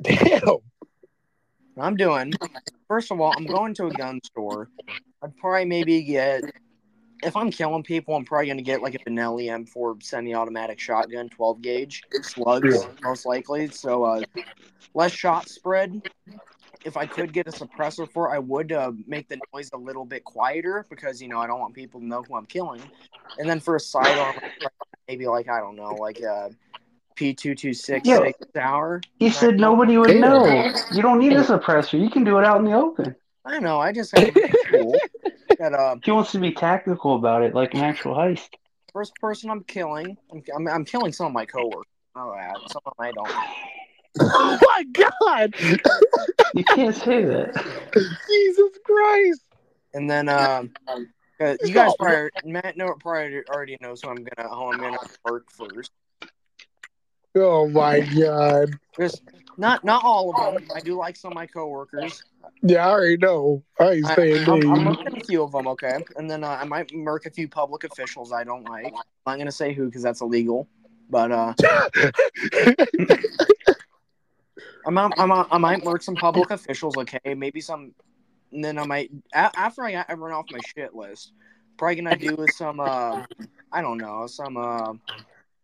Damn. What I'm doing, first of all, I'm going to a gun store. I'd probably maybe get, if I'm killing people, I'm probably going to get like a Benelli M4 semi automatic shotgun, 12 gauge, slugs, Yeah. most likely. So uh, less shot spread. If I could get a suppressor for it, I would uh, make the noise a little bit quieter because, you know, I don't want people to know who I'm killing. And then for a sidearm, maybe like, I don't know, like uh, a P226 Yeah. six hour. You said nobody would Damn. know. You don't need a suppressor. You can do it out in the open. I know. I just have a tool that uh, He wants to be tactical about it, like an actual heist. first person I'm killing. I'm, I'm, I'm killing some of my coworkers. Oh, yeah, some of them I don't. oh (laughs) my god. You can't say that. Jesus Christ. And then um, uh, you guys probably Matt know probably already knows who I'm gonna who I'm gonna work first. Oh my god. Just not not all of them. I do like some of my coworkers. Yeah, I already know. I ain't I, saying I'm, I'm names. murking a few of them, okay. And then uh, I might murk a few public officials I don't like. I'm not gonna say who because that's illegal. But uh, I might, I might, I might murk some public officials, okay? Maybe some. And then I might, a- after I got everyone off my shit list, probably gonna do with some, uh, I don't know, some uh,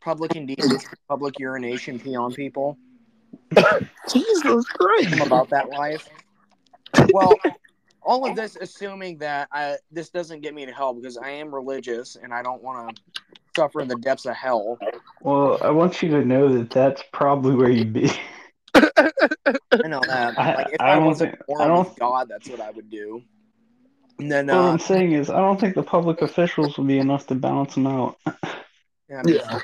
public indecency, public urination, pee on people. Jesus Christ. I'm about that life. Well, all of this assuming that I, this doesn't get me to hell because I am religious and I don't want to suffer in the depths of hell. Well, I want you to know that that's probably where you'd be. (laughs) I know that. I- Like, if I I, don't wasn't think- I born don't- Um, with God, that's what I would do. And then, What uh, I'm saying is, I don't think the public officials will be enough to balance them out. yeah, I'm Yeah.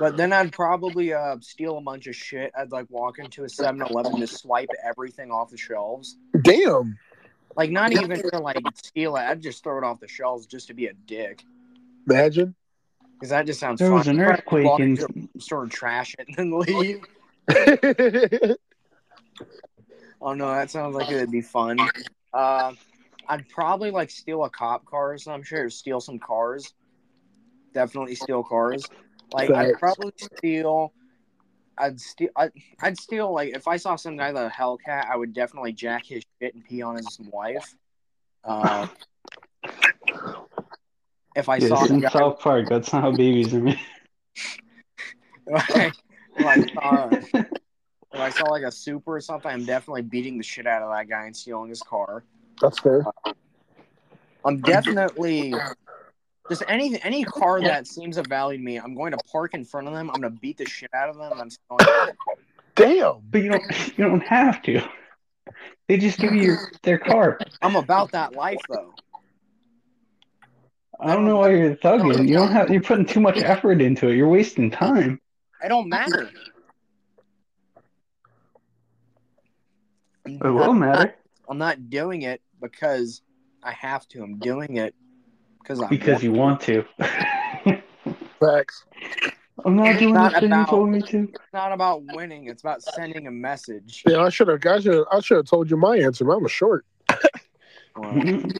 But then I'd probably uh, steal a bunch of shit. I'd like walk into a 7 Eleven to swipe everything off the shelves. (laughs) Damn. Like, not even to like steal it. I'd just throw it off the shelves just to be a dick. Imagine. Because that just sounds There fun. was an I'd earthquake walk in. into a store and trash it and then leave. Oh no, that sounds like it would be fun. Uh, I'd probably like steal a cop car or some shit, or steal some cars. Definitely steal cars. Like I'd Facts. probably steal. I'd steal. I'd, I'd steal. Like if I saw some guy with a Hellcat, I would definitely jack his shit and pee on his wife. Uh, if I Yes, saw some in guy, South Park. That's not how babies are made. (laughs) if I saw, uh, if I saw like a super or something, I'm definitely beating the shit out of that guy and stealing his car. That's fair. I'm definitely just any any car that seems of value to me. I'm going to park in front of them. I'm going to beat the shit out of them. and I'm stealing. Damn. But you don't. You don't have to. They just give you your, their car. I'm about that life though. I don't know why you're thugging. You don't have. You're putting too much effort into it. You're wasting time. It don't matter. I'm It will not, matter I'm not doing it because I have to. I'm doing it because I because want you want to. Facts. I'm not doing Not the thing you about- told me to. it's not about winning. It's about sending (laughs) a message. Yeah, I should have. I should. I should have told you my answer. Mine was short. Mhm.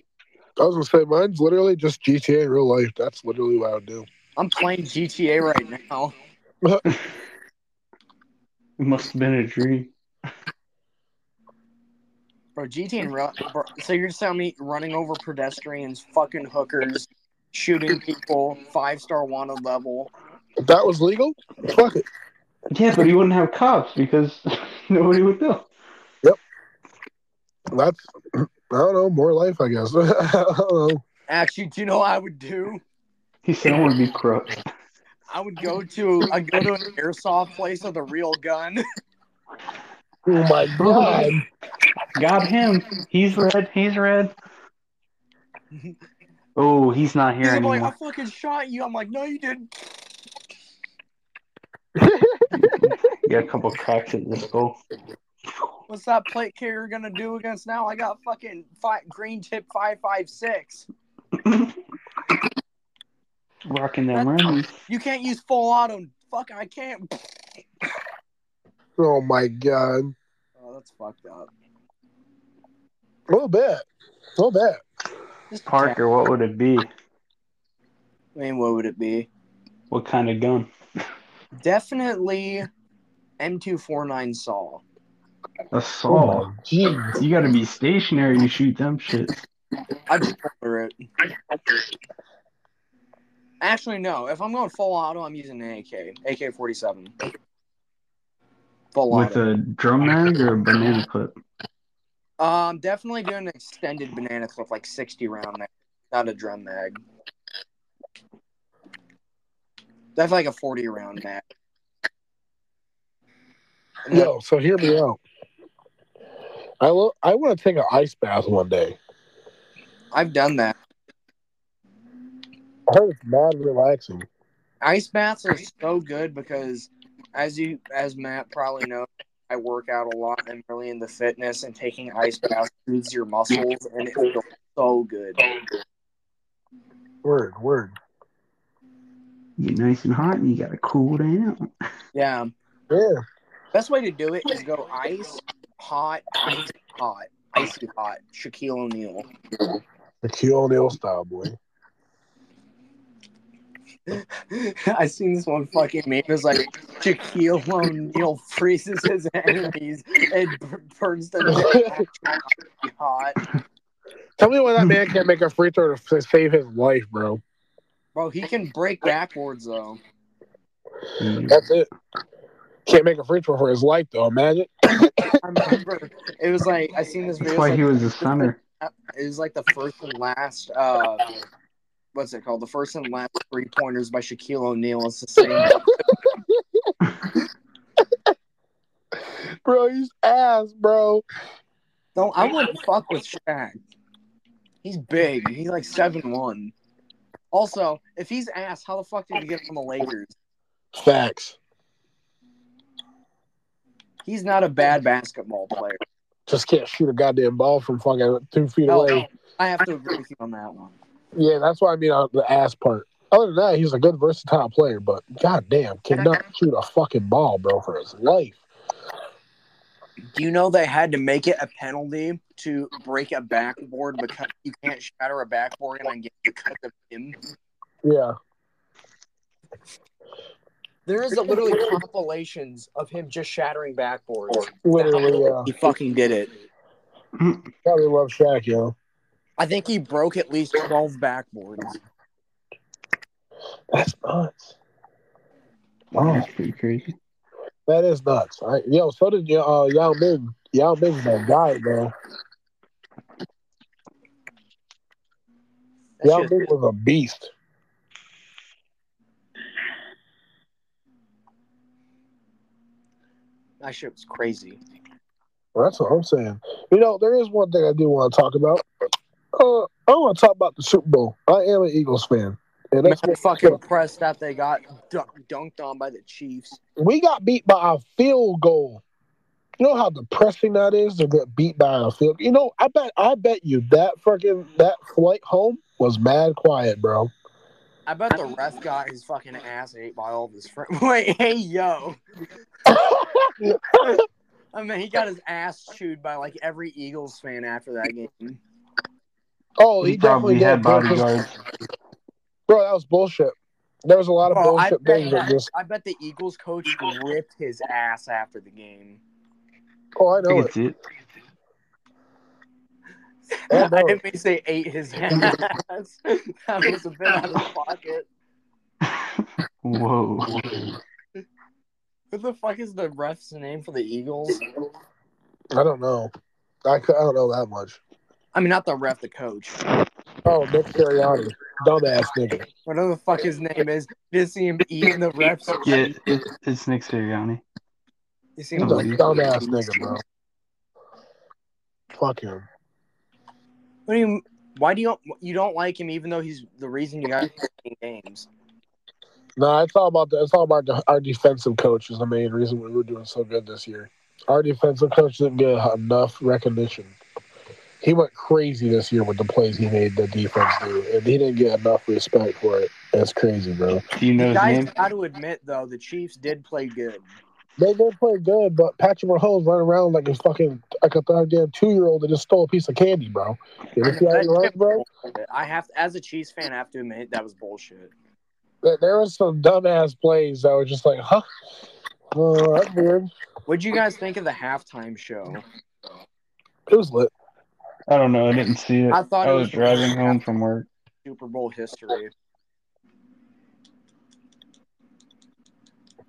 I was gonna say mine's literally just GTA in real life. That's literally what I would do. I'm playing GTA right now. It must have been a dream. Bro, GT and run. Bro, so you're just telling me running over pedestrians, fucking hookers, shooting people, five star wanted level. If that was legal, fuck it. Yeah, but you wouldn't have cops because (laughs) nobody would know. That's I don't know. More life, I guess. (laughs) I don't know. Actually, do you know what I would do? He said, "I want to be crook." I would go to I go to an airsoft place with a real gun. (laughs) Oh my god. Got him. He's red. He's red. Oh, he's not here He's gonna be anymore. like, I fucking shot you. I'm like, no, you didn't. You got a couple cracks at this goal. What's that plate carrier gonna do against now? I got fucking fi green tip five five six. Rocking them rims. You can't use full auto. Fuck, I can't. (laughs) Oh my god. Oh, that's fucked up. A little bit. A little bit. Just pretend- Parker, what would it be? I mean, what would it be? What kind of gun? Definitely M249 saw. A saw. Jeez. You got to be stationary to shoot them shit. I just order it. uh, Actually, no. If I'm going full auto, I'm using an AK, AK 47. Full With auto. a drum mag or a banana clip? Um, definitely doing an extended banana clip, like 60 round mag, not a drum mag. Definitely like a 40 round mag. And Yo, so hear me out. I lo- I want to take an ice bath one day. I've done that. I heard it's mad relaxing. Ice baths are so good because, as you, as Matt probably knows, I work out a lot and really into fitness, and taking ice baths soothes your muscles, and it feels so good. Word, word. You get nice and hot, and you got to cool down. Yeah, Yeah. best way to do it is go ice, hot, ice, hot, icy hot. Shaquille O'Neal. The Q O'Neal style, boy. (laughs) I seen this one fucking meme. It was like Shaquille O'Neal freezes his enemies and b- burns them down. hot. Tell me why that man can't make a free throw to f- save his life, bro. Bro, he can break backwards though. You- That's it. Can't make a free throw for his life, though. Imagine. I remember it was like I seen this That's video. It was why like, he was a center. it was like the first and last. Uh, what's it called? The first and last three pointers by Shaquille O'Neal is the same. Bro, he's ass, bro. Don't I wouldn't fuck with Shaq. He's big. He's like seven one. Also, if he's ass, how the fuck did he get from the Lakers? Facts. He's not a bad basketball player. Just can't shoot a goddamn ball from fucking two feet No, away. I have to agree with you on that one. Yeah, that's why I mean on the ass part. Other than that, he's a good versatile player, but goddamn, cannot shoot a fucking ball, bro, for his life. Do you know they had to make it a penalty to break a backboard because you can't shatter a backboard in a game because of him? Yeah. There is a literally compilations of him just shattering backboards. Literally, yeah. He fucking did it. Probably love Shaq, yo. I think he broke at least twelve backboards. That's nuts. That's pretty crazy. That is nuts. I, yo, so did uh, Yao Ming. Yao Ming's that guy, bro. That Yao shit- Ming was a beast. that shit was crazy. That's what I'm saying. You know, there is one thing I do want to talk about. Uh, I want to talk about the Super Bowl. I am an Eagles fan, and Man, that's I'm what fucking impressed that they got dunk, dunked on by the Chiefs. we got beat by a field goal. You know how depressing that is to get beat by a field. You know, I bet I bet you that fucking that flight home was mad quiet, bro. I bet the ref got his fucking ass ate by all of his friends. (laughs) Wait, hey yo. I mean, he got his ass chewed by like every Eagles fan after that game. oh, he, He probably definitely had did. bodyguards. Bro, that was bullshit. There was a lot of Bro, Oh, I, bullshit bet things that that- just. I bet the Eagles coach ripped his ass after the game. Oh, I I know can it. see it. Oh, (laughs) I no. didn't mean to say ate his ass. (laughs) that was a bit out of pocket. Whoa. Who the fuck is the ref's name for the Eagles? I don't know. I, c- I don't know that much. I mean, not the ref, the coach. Oh, Nick Sirianni. dumbass nigga. Whatever the fuck his name is. You just see him eating the refs. Yeah, it, it's Nick Sirianni. You see He's a him Don't- like, dumbass nigga, bro. Fuck him. what do you, why do you you don't like him even though he's the reason you got fucking games? Nah, it's all about the, it's all about the, our defensive coach is the main reason we were doing so good this year. Our defensive coach didn't get enough recognition. He went crazy this year with the plays he made the defense do, and he didn't get enough respect for it. That's crazy, bro. Do you know You his guys name? got to admit though, the Chiefs did play good. They did play good, but Patrick Mahomes running around like a fucking like a goddamn two year old that just stole a piece of candy, bro. You ever see how he runs, bro? I have, as a Chiefs fan, I have to admit that was bullshit. There- There was some dumbass plays that were just like, huh? Uh, that's weird. What'd you guys think of the halftime show? It was lit. I don't know. I didn't see it. I I, thought it was was- driving home from work. Super Bowl history.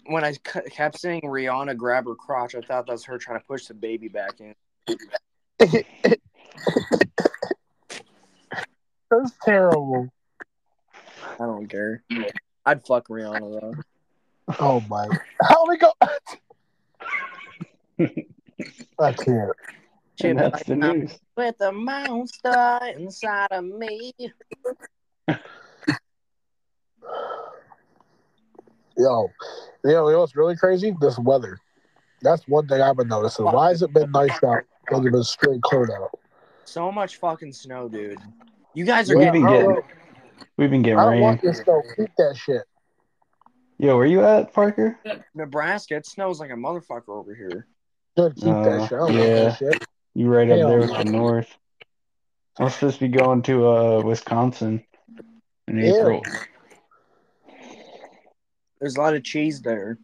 When I c- kept seeing Rihanna grab her crotch, I thought that was her trying to push the baby back in. That's terrible. I don't care. I'd fuck Rihanna though. Oh my! How we go? (laughs) I can't. She'd And be that's like, the "I'm news. with the monster inside of me. Yo, you know, you know what's really crazy? This weather. That's one thing I've been noticing. Why has it been nice out? When it's been straight cold out. So much fucking snow, dude. You guys are We're getting getting- I don't, getting We've been getting I don't rain. want this though. Keep that shit. Yo, where you at, Parker? Nebraska. It snows like a motherfucker over here. Good, keep Uh, that shit. I don't want yeah. that shit. You right up Hell there with no. the north. I'm supposed to be going to uh Wisconsin in Yeah. April. There's a lot of cheese there.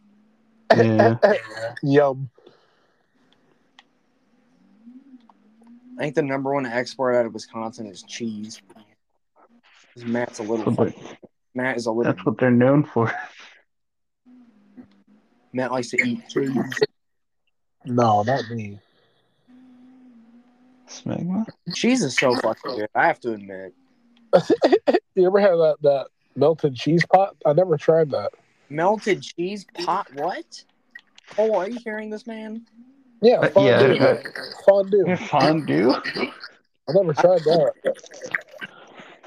Yeah. Yum. I think the number one export out of Wisconsin is cheese. 'Cause Matt's a little. That's what, they- Matt is a little. that's what they're known for. Matt likes to eat cheese. No, not me. Smegma? Cheese is so fucking good. I have to admit. You ever had that that melted cheese pot? I never tried that. Melted cheese pot. What? Oh, are you hearing this, man? Yeah, Uh, fondue. yeah. Fondue. Fondue? I never tried that. (laughs)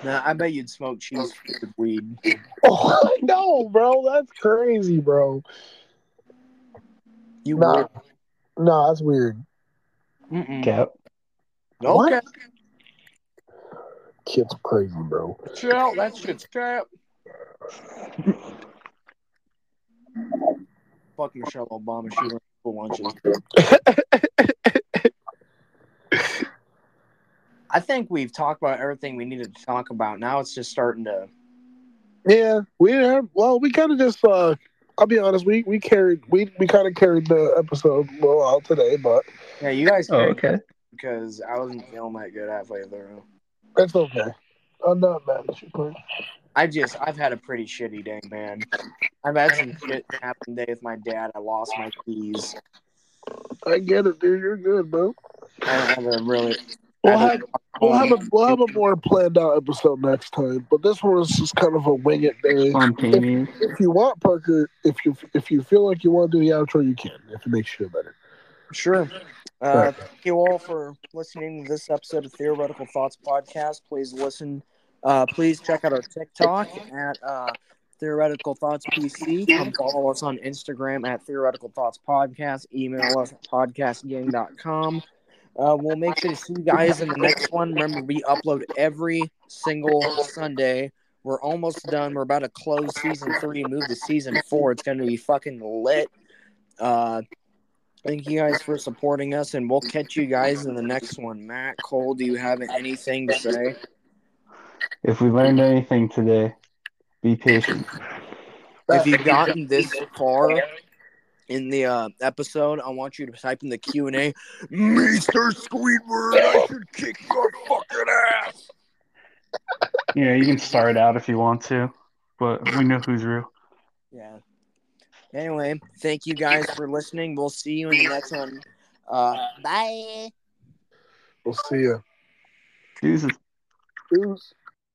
Nah, I bet you'd smoke cheese with weed. Oh, I know, bro. That's crazy, bro. You Nah. would. No, that's weird. Mm-mm. Cap. What? Okay. Kid's crazy, bro. Chill. That shit's trap. Fuck Michelle Obama. She runs school lunches. I think we've talked about everything we needed to talk about. Now it's just starting to. Yeah, we didn't have. Well, we kind of just. uh I'll be honest. We we carried. We we kind of carried the episode well out today, but Yeah, you guys. Oh, okay. Because I wasn't feeling that good halfway through. that's okay. I'm not mad at you, bro. I just, I've had a pretty shitty day, man. I've had some shit happen today with my dad. I lost my keys. I get it, dude. You're good, bro. I have a really. We'll I have we'll have a we'll have a more planned out episode next time. But this one is just kind of a wing it day. Spontaneous. If you want, Parker, if you if you feel like you want to do the outro, you can. If it makes you feel better. Sure. Uh, thank you all for listening to this episode of Theoretical Thoughts Podcast. Please listen. Uh, please check out our TikTok at uh, Theoretical Thoughts PC. Come follow us on Instagram at Theoretical Thoughts Podcast. Email us at podcastgang.com. Uh, we'll make sure to see you guys in the next one. Remember, we upload every single Sunday. We're almost done. We're about to close season three and move to season four. It's going to be fucking lit. Uh, Thank you guys for supporting us, and we'll catch you guys in the next one. Matt Cole, do you have anything to say? If we learned anything today, be patient. If you've gotten this far in the uh, episode, I want you to type in the Q and A, Mister Squidward. I should kick your fucking ass. You know, you can start out if you want to, but we know who's real. Yeah. Anyway, thank you guys for listening. We'll see you in the next one. Uh, bye. We'll see you. Deuces. Peace.